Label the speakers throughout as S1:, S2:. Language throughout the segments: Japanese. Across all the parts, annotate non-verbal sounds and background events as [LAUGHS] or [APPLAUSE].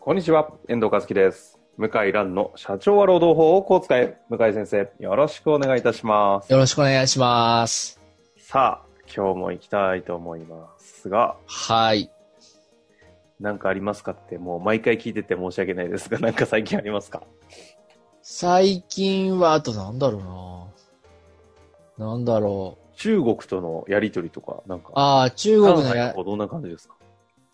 S1: こんにちは、遠藤和樹です。向井蘭の社長は労働法をこう使え。向井先生、よろしくお願いいたします。
S2: よろしくお願いします。
S1: さあ、今日も行きたいと思いますが、
S2: はい。
S1: 何かありますかって、もう毎回聞いてて申し訳ないですが、何か最近ありますか
S2: 最近は、あとなんだろうな。なんだろう。
S1: 中国とのやりとりとか、なんか、
S2: ああ、中
S1: 関
S2: 国の
S1: 西の
S2: や
S1: 方、どんな感じですか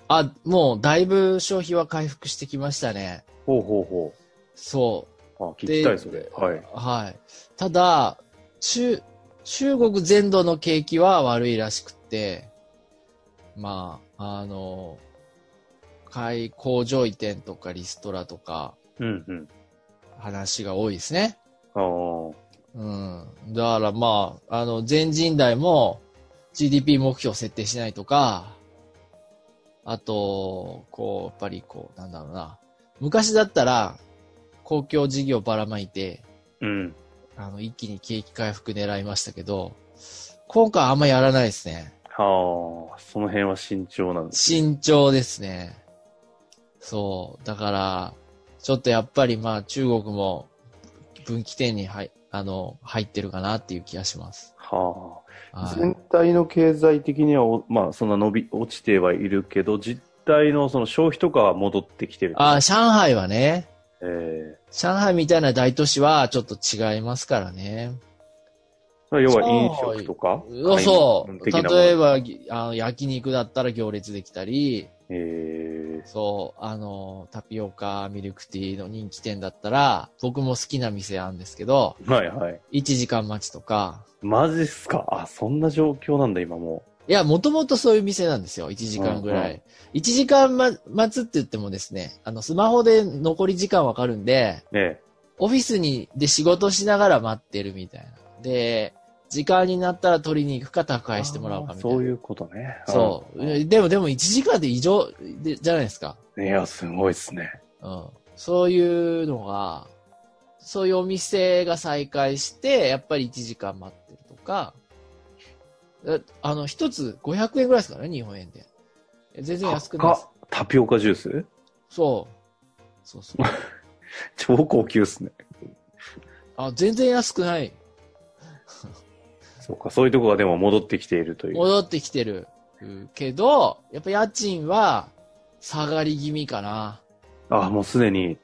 S2: あ、もうだいぶ消費は回復してきましたね。
S1: ほうほうほ。
S2: そう
S1: あ、
S2: う。
S1: 聞きたい、それ。はい。
S2: はい。ただ、中、中国全土の景気は悪いらしくって、まあ、あの、買い工場移転とかリストラとか
S1: うんうん。
S2: 話が多いですね。
S1: あー
S2: うん。だからまあ、あの、全人代も GDP 目標設定しないとか、あと、こう、やっぱりこう、なんだろうな。昔だったら、公共事業ばらまいて、
S1: うん。
S2: あの、一気に景気回復狙いましたけど、今回あんまやらないですね。
S1: あーその辺は慎重なんです。
S2: 慎重ですね。そう。だから、ちょっとやっぱりまあ中国も分岐点に入、あの、入ってるかなっていう気がします。
S1: はあ。
S2: はい
S1: 全体の経済的にはお、まあ、そんな伸び落ちてはいるけど実態のその消費とかは戻ってきてる
S2: あー上海はね、
S1: えー
S2: 上海みたいな大都市はちょっと違いますからね。
S1: それは要は飲食とか
S2: そうそう。
S1: 買い物的なもの
S2: 例えば、ぎあの、焼肉だったら行列できたり、
S1: えー
S2: そう、あの、タピオカ、ミルクティーの人気店だったら、僕も好きな店あるんですけど、
S1: はいはい
S2: 1時間待ちとか、
S1: マジっすかあそんな状況なんだ今も
S2: いや、もともとそういう店なんですよ。1時間ぐら
S1: うん
S2: い。1時間、ま、待つって言ってもですね、あの、スマホで残り時間わかるんで、
S1: うね
S2: オフィスに、で仕事しながら待ってるみたいな。で、時間になったら取りに行くか宅配してもらうかみたいな。
S1: そういうことね
S2: そう。
S1: ん
S2: でも、でも1時間で異常でじゃないですか。
S1: いやすごいっすね
S2: うん。そういうのが、そういうお店が再開して、やっぱり1時間待ってるとか、えあの、一つ500円ぐらいですからね、日本円で。全然安くないです
S1: か。タピオカジュース
S2: そう。そうそう。
S1: 超高級っすね
S2: あ、全然安くない。
S1: そうかそういうとこがでも戻ってきているという
S2: 戻ってきてるうんけど、やっぱ家賃は下がり気味かな。
S1: あもうすでに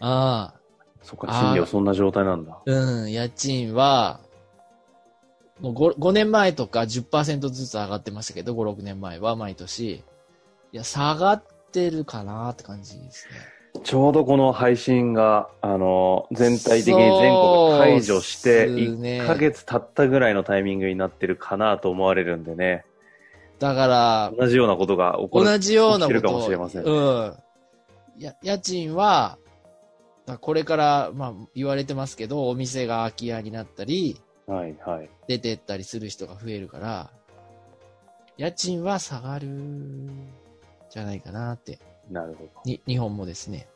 S2: あ
S1: そっか賃料そんな状態なんだ
S2: あ、うん、家賃は、もう 5, 5年前とか10%ずつ上がってましたけど、5、6年前は毎年。いや、下がってるかなって感じですね。
S1: ちょうどこの配信が、あの、全体的に全国解除して、
S2: そうっすね
S1: 1ヶ月経ったぐらいのタイミングになってるかなと思われるんでね、
S2: だから、
S1: 同じようなことが起こ
S2: 同
S1: る。
S2: じよう
S1: 起
S2: なこと
S1: きてるかもしれません
S2: うん。や、家賃は、だこれから、まあ、言われてますけど、お店が空き家になったり、
S1: はいはい。
S2: 出てったりする人が増えるから、家賃は下がるんじゃないかなって。
S1: なるほど。
S2: に、日本もですね。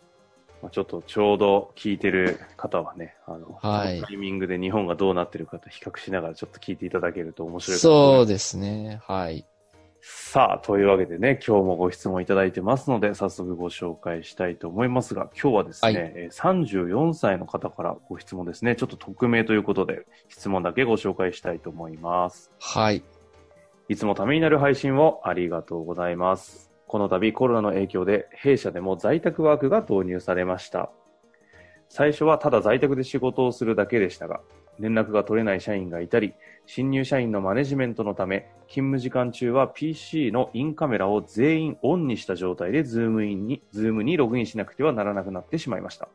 S1: まあ、ちょっとちょうど聞いてる方はね、あの、
S2: は
S1: こ
S2: い
S1: のタイミングで日本がどうなってるかと比較しながらちょっと聞いていただけると面白いかと思います
S2: そうですね。はい。
S1: さあ、というわけでね、今日もご質問いただいてますので、早速ご紹介したいと思いますが、今日はですね、
S2: はい
S1: えー34歳の方からご質問ですね、ちょっと匿名ということで、質問だけご紹介したいと思います。
S2: はい。
S1: いつもためになる配信をありがとうございます。この度コロナの影響で弊社でも在宅ワークが導入されました。最初はただ在宅で仕事をするだけでしたが、連絡が取れない社員がいたり、新入社員のマネジメントのため、勤務時間中は PC のインカメラを全員オンにした状態で Zoom インに、Zoom にログインしなくてはならなくなってしまいました。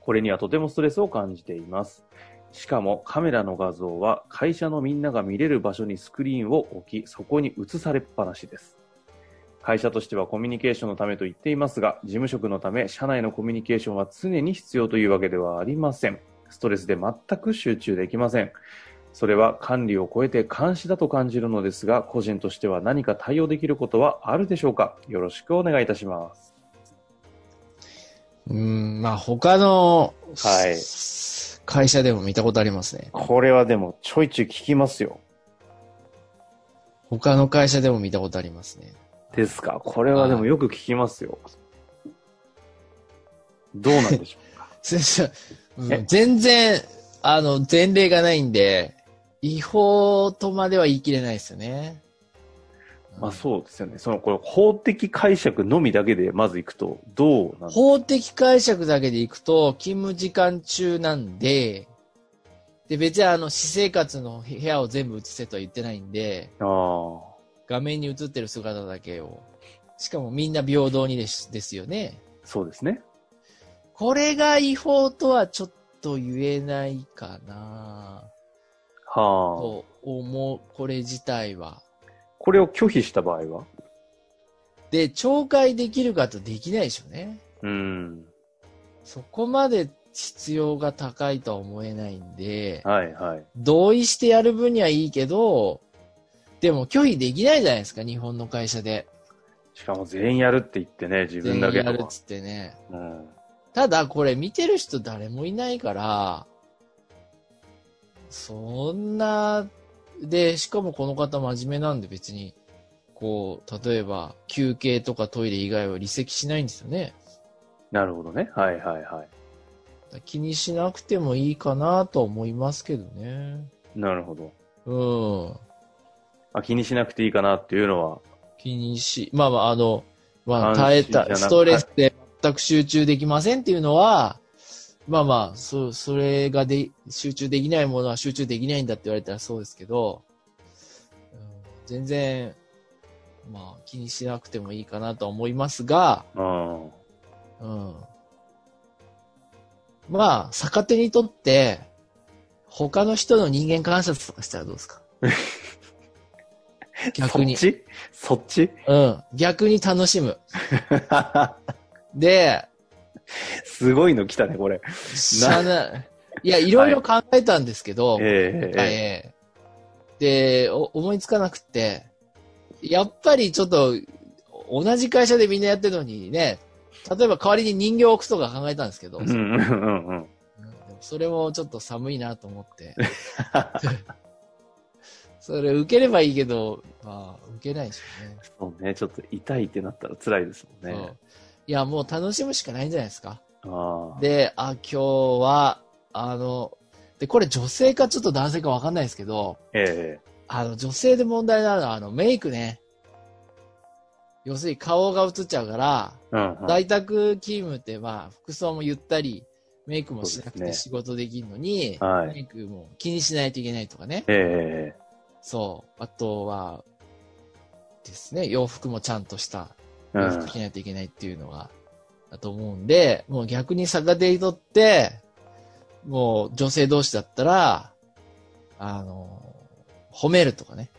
S1: これにはとてもストレスを感じています。しかもカメラの画像は会社のみんなが見れる場所にスクリーンを置き、そこに映されっぱなしです。会社としてはコミュニケーションのためと言っていますが、事務職のため社内のコミュニケーションは常に必要というわけではありません。ストレスで全く集中できません。それは管理を超えて監視だと感じるのですが、個人としては何か対応できることはあるでしょうかよろしくお願いいたします。
S2: うん、まあ他の、
S1: はい
S2: 会社でも見たことありますね。
S1: これはでもちょいちょい聞きますよ。
S2: 他の会社でも見たことありますね。
S1: ですか。これはでもよく聞きますよ。どうなんでしょうか。
S2: 先生、 [LAUGHS] うん
S1: え
S2: 全然、あの、前例がないんで、違法とまでは言い切れないですよね。
S1: [LAUGHS] まあそうですよね。その、これ法的解釈のみだけでまずいくと、どうなんですか
S2: 法的解釈だけでいくと、勤務時間中なんで、で、別にあの、私生活の部屋を全部映せとは言ってないんで、
S1: あー
S2: 画面に映ってる姿だけを。しかもみんな平等にですですよね。
S1: そうですね。
S2: これが違法とはちょっと言えないかな
S1: はあ。
S2: と思う、これ自体は。
S1: これを拒否した場合は
S2: で、懲戒できるかとできないでしょうね。
S1: うん。
S2: そこまで必要が高いとは思えないんで、
S1: はいはい。
S2: 同意してやる分にはいいけど、でも拒否できないじゃないですか、日本の会社で。
S1: しかも全員やるって言ってね、自分
S2: 全員
S1: だけ
S2: や
S1: の
S2: るっつってね。
S1: うん。
S2: ただこれ見てる人誰もいないから、そんな、で、しかもこの方真面目なんで別に、こう、例えば休憩とかトイレ以外は離席しないんですよね。
S1: なるほどね。はいはいはい。
S2: 気にしなくてもいいかなとは思いますけどね。
S1: なるほど。
S2: うん。
S1: あ、気にしなくていいかなっていうのは、
S2: 気にし、まあまあ、あの、まあ、
S1: 安心
S2: 耐え
S1: じゃ
S2: た、
S1: なく
S2: ストレスで全く集中できませんっていうのは、まあまあ、そう、それがで、集中できないものは集中できないんだって言われたらそうですけど、うん、全然、まあ、気にしなくてもいいかなとは思いますが、
S1: うん。
S2: うん。まあ、逆手にとって、他の人の人間観察とかしたらどうで
S1: [LAUGHS]
S2: すか逆に。
S1: そっち [LAUGHS] そっち
S2: うん。逆に楽しむ。で、
S1: すごいの来たね、これ。
S2: 社内、いや、いろいろ考えたんですけど、
S1: ええええ
S2: ええでお、思いつかなくって、やっぱりちょっと、同じ会社でみんなやってるのにね、例えば代わりに人形を置くとか考えたんですけど、
S1: うんうんうんうん。
S2: うんでもそれもちょっと寒いなと
S1: [LAUGHS]
S2: 思って。それ受ければいいけど、まあ、受けないでしょ
S1: そうね、ちょっと痛いってなったら辛いです
S2: う
S1: もん
S2: ね。
S1: ね
S2: そう。いや、もう楽しむしかないんじゃないですか。
S1: ああ。
S2: で、あ、今日は、あの、で、これ女性かちょっと男性かわかんないですけど、
S1: ええ
S2: あの、女性で問題なのは、あの、メイクね。要するに顔が映っちゃうから、
S1: うんうん。
S2: 在宅勤務って、まあ、服装もゆったり、メイクもしなく
S1: そうで
S2: て
S1: すね
S2: 仕事できるのに、
S1: はい。
S2: メイクも気にしないといけないとかね。
S1: ええ
S2: そう。あとは、ですね、洋服もちゃんとした、
S1: う
S2: 洋
S1: ん
S2: 服。着ないといけないっていうのが、だと思うんで、もう逆に逆手にとって、もう女性同士だったら、あの、褒めるとかね。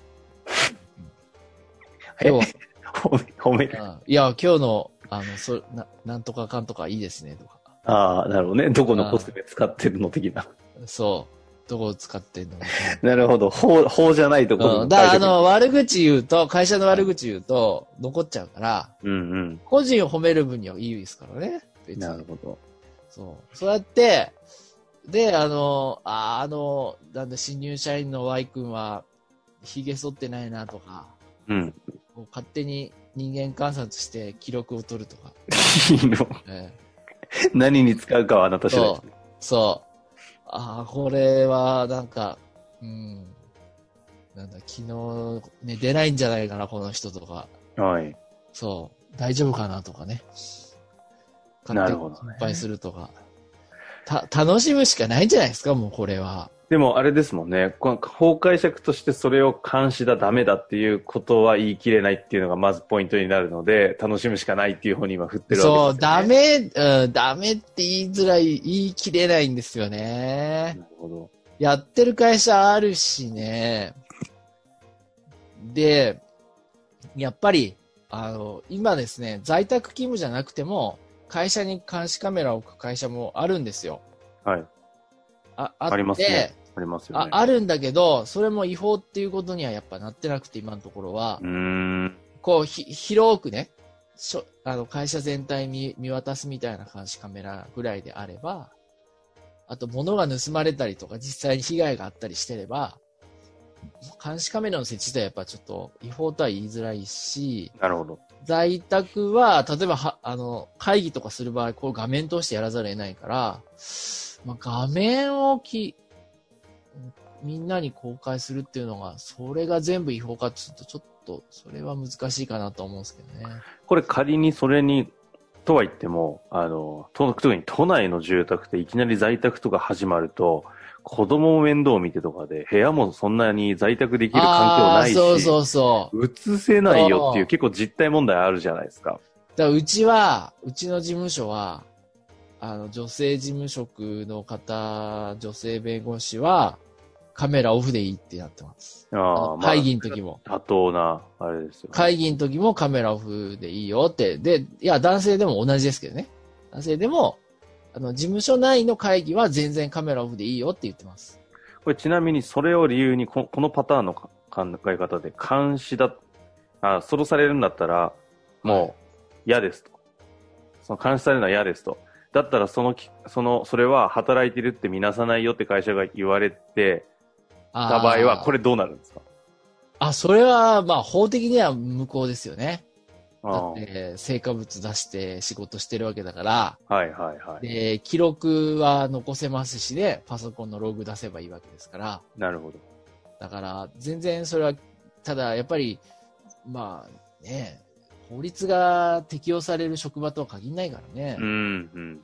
S1: え
S2: 今日
S1: 褒め、褒める。
S2: は、うんいや、今日の、あの、そな、なんとかかんとかいいですね、とか。
S1: ああ、なるほどね。どこのコスメ使ってるの的な。
S2: そう。どこを使ってんの
S1: [LAUGHS] なるほど。法、法じゃないところ
S2: うん、だから、あの、悪口言うと、会社の悪口言うと、残っちゃうから、
S1: うんうん。
S2: 個人を褒める分にはいいですからね。別
S1: なる
S2: に。
S1: ほど。
S2: そう。そうやって、で、あの、ああの、なんだ、新入社員の Y 君は、髭剃ってないなとか、
S1: うん。
S2: こう勝手に人間観察して記録を取るとか。
S1: いいの
S2: え
S1: [LAUGHS] 何に使うかはあなた次第ですね。
S2: えそう。ああ、これは、なんか、うん。なんだ、昨日、ね、出ないんじゃないかな、この人とか。
S1: はい。
S2: そう。大丈夫かなとかね。
S1: なるほどね
S2: 勝手に心配するとか。た、楽しむしかないんじゃないですか、もうこれは。
S1: でもあれですもんね、この法解釈としてそれを監視だ、ダメだっていうことは言い切れないっていうのがまずポイントになるので、楽しむしかないっていう方に今振ってる
S2: そ
S1: わ
S2: う、
S1: けです
S2: ダ
S1: よね。
S2: メ、うん、ダメって言いづらい、言い切れないんですよね。
S1: なるほど。
S2: やってる会社あるしね。で、やっぱり、あの、今ですね、在宅勤務じゃなくても、会社に監視カメラを置く会社もあるんですよ。
S1: はい。
S2: あ、あって
S1: ありますね。ありますよ
S2: あ
S1: ね。
S2: あるんだけど、それも違法っていうことにはやっぱなってなくて、今のところは
S1: う。ーん。
S2: こう、ひ広くね、しょあの会社全体に見渡すみたいな監視カメラぐらいであれば、あと物が盗まれたりとか実際に被害があったりしてれば、監視カメラの設置自体はやっぱちょっと違法とは言いづらいし、
S1: なるほど。
S2: 在宅は、例えばは、あの、会議とかする場合、こう画面通してやらざるを得ないから、まあ、画面をき、みんなに公開するっていうのが、それが全部違法かっていうと、ちょっと、それは難しいかなと思うんですけどね。
S1: これ仮にそれに、とは言っても、あの、と特に都内の住宅でいきなり在宅とか始まると、子供を面倒を見てとかで、部屋もそんなに在宅できる環境
S2: ああ
S1: ないし、
S2: そうそうそう。
S1: うつせないよってい
S2: そう
S1: う結構実態問題あるじゃないですか。
S2: だからうちは、うちの事務所は、あの、女性事務職の方、女性弁護士は、カメラオフでいいってなってます。
S1: ああ、まあ、
S2: 会議の時も。
S1: 妥当な、あれですよ、ね。
S2: 会議の時もカメラオフでいいよって。で、いや、男性でも同じですけどね。男性でも、あの、事務所内の会議は全然カメラオフでいいよって言ってます。
S1: これちなみにそれを理由にこ、このパターンの考え方で、監視だ、あ、それされるんだったら、もう嫌ですと。その監視されるのは嫌ですと。だったらそのき、その、それは働いてるって見なさないよって会社が言われて
S2: あー
S1: た場合は、これどうなるんですか
S2: あ、それは、まあ、法的には無効ですよね。だ
S1: あ
S2: っ
S1: あ
S2: て、成果物出して仕事してるわけだから、
S1: はいはいはい。
S2: で、記録は残せますしね、パソコンのログ出せばいいわけですから。
S1: なるほど。
S2: だから、全然それは、ただやっぱり、まあね、法律が適用される職場とは限らないからね、
S1: うん、うん。
S2: うん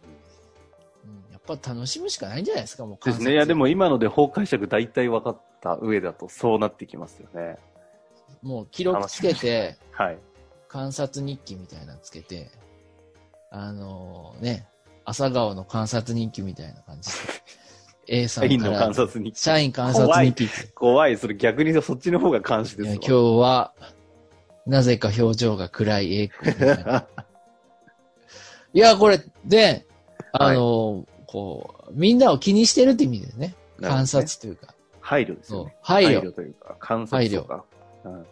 S2: やっぱ楽しむしかないんじゃないですか、もう
S1: ですね。いや、で、も今ので法解釈大体分かった上だと、そうなってきますよね。
S2: もう記録つけて、
S1: はい。
S2: 観察日記みたいなのつけて、あのね、朝顔の観察日記みたいな感
S1: [LAUGHS]
S2: じで、A さ
S1: 社
S2: ん
S1: 員
S2: か
S1: の
S2: ら
S1: 観、察に。
S2: 社員観察日記って
S1: 怖い。それ逆にそっちの方が監視で
S2: い
S1: す
S2: や
S1: わ
S2: 今日は、なぜか表情が暗い A 君みたいな。いや、これ、で、あの、こう、みんなを気にしてるって意味ですね。
S1: なるほどね
S2: 観察というか。
S1: 配慮です
S2: そ
S1: よ
S2: う
S1: ね。。
S2: 配慮。
S1: というか、観察とか。うん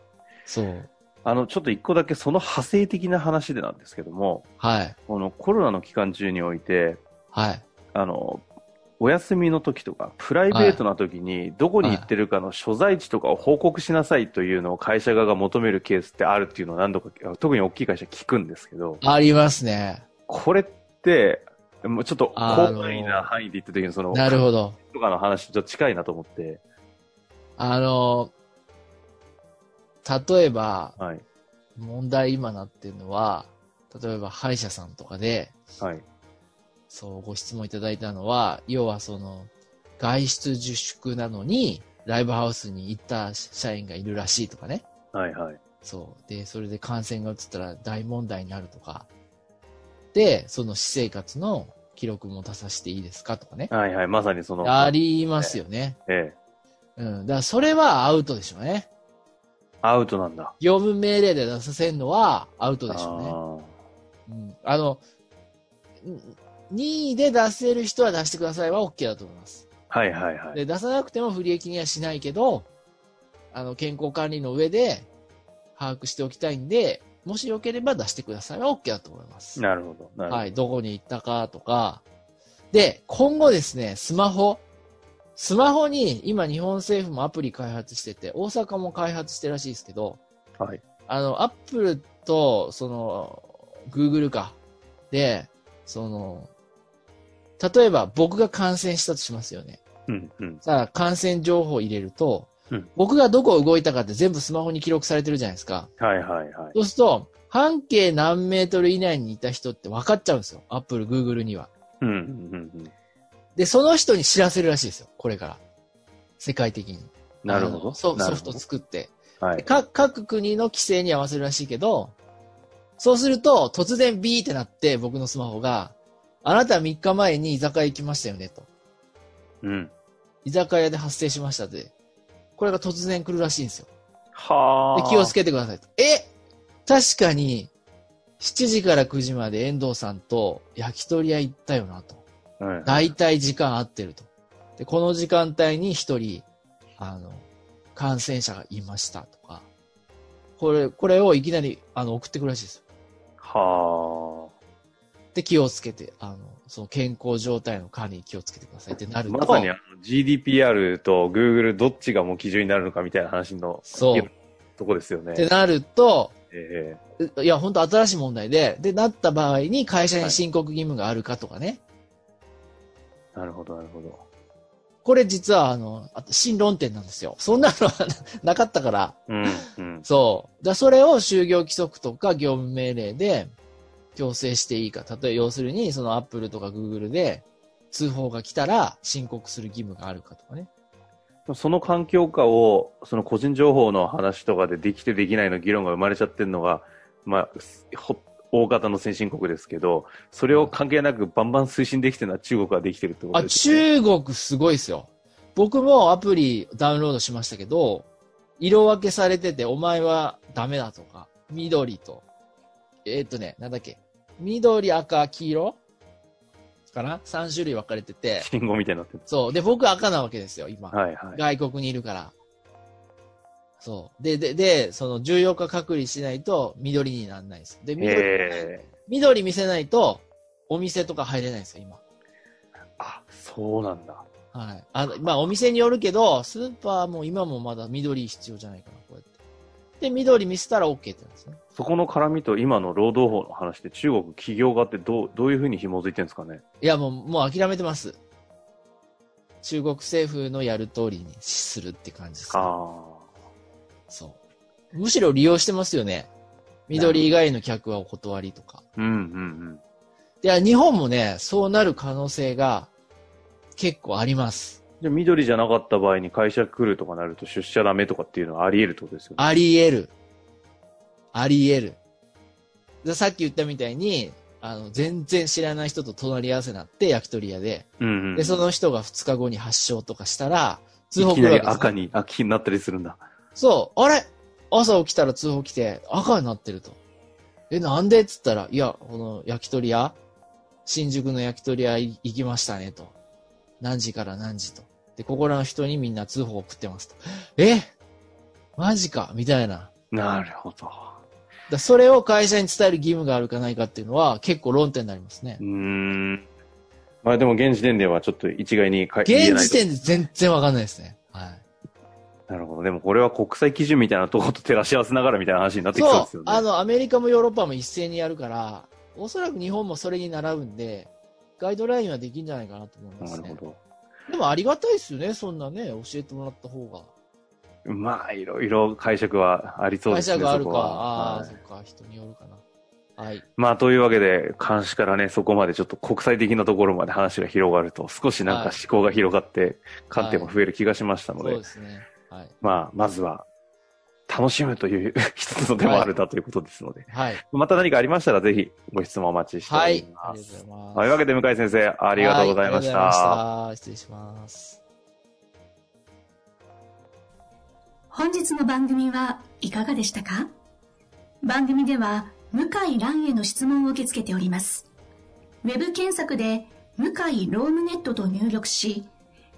S2: そう。
S1: あの、ちょっと一個だけその派生的な話でなんですけども、
S2: はい。
S1: このコロナの期間中において、
S2: はい。
S1: あの、お休みの時とか、プライベートな時に、どこに行ってるかの所在地とかを報告しなさいというのを会社側が求めるケースってあるっていうのを何度か、特に大きい会社聞くんですけど、
S2: ありますね。
S1: これって、もうちょっと広
S2: あの
S1: 範囲な範囲で言った時に、その、
S2: なるほど。
S1: とかの話とちょっと近いなと思って、
S2: あの、例えば、
S1: はい、
S2: 問題今なってるのは、例えば歯医者さんとかで、
S1: はい、
S2: そう、ご質問いただいたのは、要はその、外出自粛なのに、ライブハウスに行った社員がいるらしいとかね。
S1: はい、はい。
S2: そう。で、それで感染が移ったら大問題になるとか。で、その私生活の記録も出させていいですかとかね。
S1: はい、はい、まさにその、
S2: ありますよね。
S1: ええ、
S2: うん。だからそれはアウトでしょうね。
S1: アウトなんだ。
S2: 業務命令で出させるのはアウトでしょう
S1: あ
S2: ね。うん。あの、任意で出せる人は出してくださいは OK だと思います。
S1: あはいはいはい。
S2: で、出さなくても不利益にはしないけど、あの、健康管理の上で把握しておきたいんで、もしよければ出してくださいは OK だと思います。
S1: なるほど。なるほど。
S2: はい、どこに行ったかとか。で、今後ですね、スマホ。スマホに今日本政府もアプリ開発してて、大阪も開発してるらしいですけど、
S1: はい。
S2: あの、アップルと、その、グーグルか。で、その、例えば僕が感染したとしますよね。
S1: うんうん。
S2: さあ、感染情報を入れると、
S1: うん
S2: 僕がどこを動いたかって全部スマホに記録されてるじゃないですか。
S1: はいはいはい。
S2: そうすると、半径何メートル以内にいた人って分かっちゃうんですよ。アップル、グーグルには。
S1: うんうんうん。
S2: で、その人に知らせるらしいですよ。これから。世界的に。
S1: なるほ
S2: あの
S1: ど。
S2: ソソフ
S1: な
S2: ト
S1: るほ
S2: 作って。
S1: どは
S2: で
S1: い。
S2: か各国の規制に合わせるらしいけど、そうすると、突然ビーってなって、僕のスマホが、あなた3日前に居酒屋行きましたよね、と。
S1: うん。
S2: 居酒屋で発生しましたで、これが突然来るらしいんですよ。
S1: は
S2: で
S1: あ。
S2: 気をつけてくださいと。え確かに、7時から9時まで遠藤さんと焼き鳥屋行ったよなと。
S1: うん。
S2: 大体時間合ってると。で、この時間帯に一人、あの、感染者がいましたとか、これ、これをいきなり、あの、送ってくるらしいですよ。
S1: は
S2: で、気をつけて、あの、その健康状態の管理に気をつけてくださいってな
S1: あ。
S2: ると。
S1: まさにあの GDPR と Google どっちがもう基準になるのかみたいな話の
S2: そう。
S1: いやとこですよね
S2: っ。てなると、
S1: え
S2: いや、本当新しい問題で、で、なった場合に会社に申告義務があるかとかね。
S1: えなるほど、なるほど。
S2: これ実は、あの、あと新論点なんですよ。そんなのはなかったから。
S1: うん、うん。
S2: そう。だそれを就業規則とか業務命令で強制していいか。例えば、要するに、そのアップルとかグーグルで通報が来たら申告する義務があるかとかね。
S1: その環境下を、その個人情報の話とかでできてできないの議論が生まれちゃってるのが、まあ、ほ大方の先進国ですけど、それを関係なくバンバン推進できてるのは中国ができてるってこと
S2: あ、
S1: ですよね。
S2: 中国すごいですよ。僕もアプリダウンロードしましたけど、色分けされてて、お前はダメだとか、緑と、えーっとね、なんだっけ、緑、赤、黄色かな ?3 種類分かれてて、
S1: 信号みたいになってる。
S2: そう。で、僕赤なわけですよ、今。
S1: はいはい。
S2: 外国にいるから。そう。で、で、で、その14日隔離しないと緑にならないです。で、緑、
S1: ええ
S2: 緑見せないとお店とか入れないんですよ、今。
S1: あ、そうなんだ。
S2: はい。あの、まあお店によるけど、スーパーも今もまだ緑必要じゃないかな、こうやって。で、緑見せたら OK ってなんですね。
S1: そこの絡みと今の労働法の話で中国企業側ってどう、どういうふうに紐づいてるんですかね。
S2: いや、もう、もう諦めてます。中国政府のやる通りにするって感じですね。
S1: あ
S2: そう。むしろ利用してますよね。緑以外の客はお断りとか。
S1: あ。うんうん
S2: いや、日本もね、そうなる可能性が結構あります。
S1: うん。で、緑じゃなかった場合に会社来るとかなると出社ダメとかっていうのはあり得るってことですよね。
S2: あり得る。あり得る。でさっき言ったみたいに、あの、全然知らない人と隣り合わせになって焼き鳥屋で、
S1: うん、うん。
S2: で、その人が2日後に発症とかしたら、通
S1: いき
S2: 報来
S1: な
S2: るわ
S1: り
S2: けです、
S1: 赤に、あ、気になったりするんだ。
S2: そう、あれ朝起きたら通報来て、赤になってると。え、なんでっつったら、いや、この焼き鳥屋、新宿の焼き鳥屋い行きましたねと。何時から何時と。で、ここらの人にみんな通報送ってますと。えマジかみたいな。
S1: なるほど。
S2: だそれを会社に伝える義務があるかないかっていうのは結構論点になりますね
S1: うー。ん。まあでも現時点ではちょっと一概にか言え
S2: 現
S1: ない
S2: 時
S1: と。
S2: 点で全然わかんないですね。はい。
S1: なるほど。でもこれは国際基準みたいなとこと照らし合わせながらみたいな話になってきそう
S2: そ
S1: です
S2: う
S1: よ、ね。
S2: あの、アメリカもヨーロッパも一斉にやるから、おそらく日本もそれに習うんで、ガイドラインはできんじゃないかなと思いま
S1: な
S2: す
S1: る
S2: ね。
S1: ほ
S2: でもありがたいですよね、そんなね、教えてもらった方が。
S1: ど。まあ、いろいろ解釈はありそうで
S2: 会
S1: すね。
S2: 社がある
S1: そ
S2: か、
S1: こは
S2: ああ
S1: は
S2: ー、
S1: い
S2: そっか、人によるかな。はい。
S1: まあ、というわけで、監視からね、そこまでちょっと国際的なところまで話が広がると、少しなんか
S2: はい
S1: 思考が広がって、観点も増える気がしましたの
S2: そ
S1: で、
S2: うですね。はい。
S1: まあ、まずは、楽しむという [LAUGHS] 一つの手もあるだということですので、
S2: はい。
S1: また何かありましたら、ぜひご質問お待ちしてお
S2: はい
S1: り。
S2: あ
S1: ま
S2: りがとうござ
S1: す。
S2: います。
S1: というわけで、向井先生、ありがとうございまし
S2: は
S1: た。
S2: ありがとうございました。失礼します。
S3: 本日の番組はいかがでしたか番組では向井蘭への質問を受け付けております。ウェブ検索で向井ロームネットと入力し、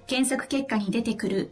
S3: 検索結果に出てくる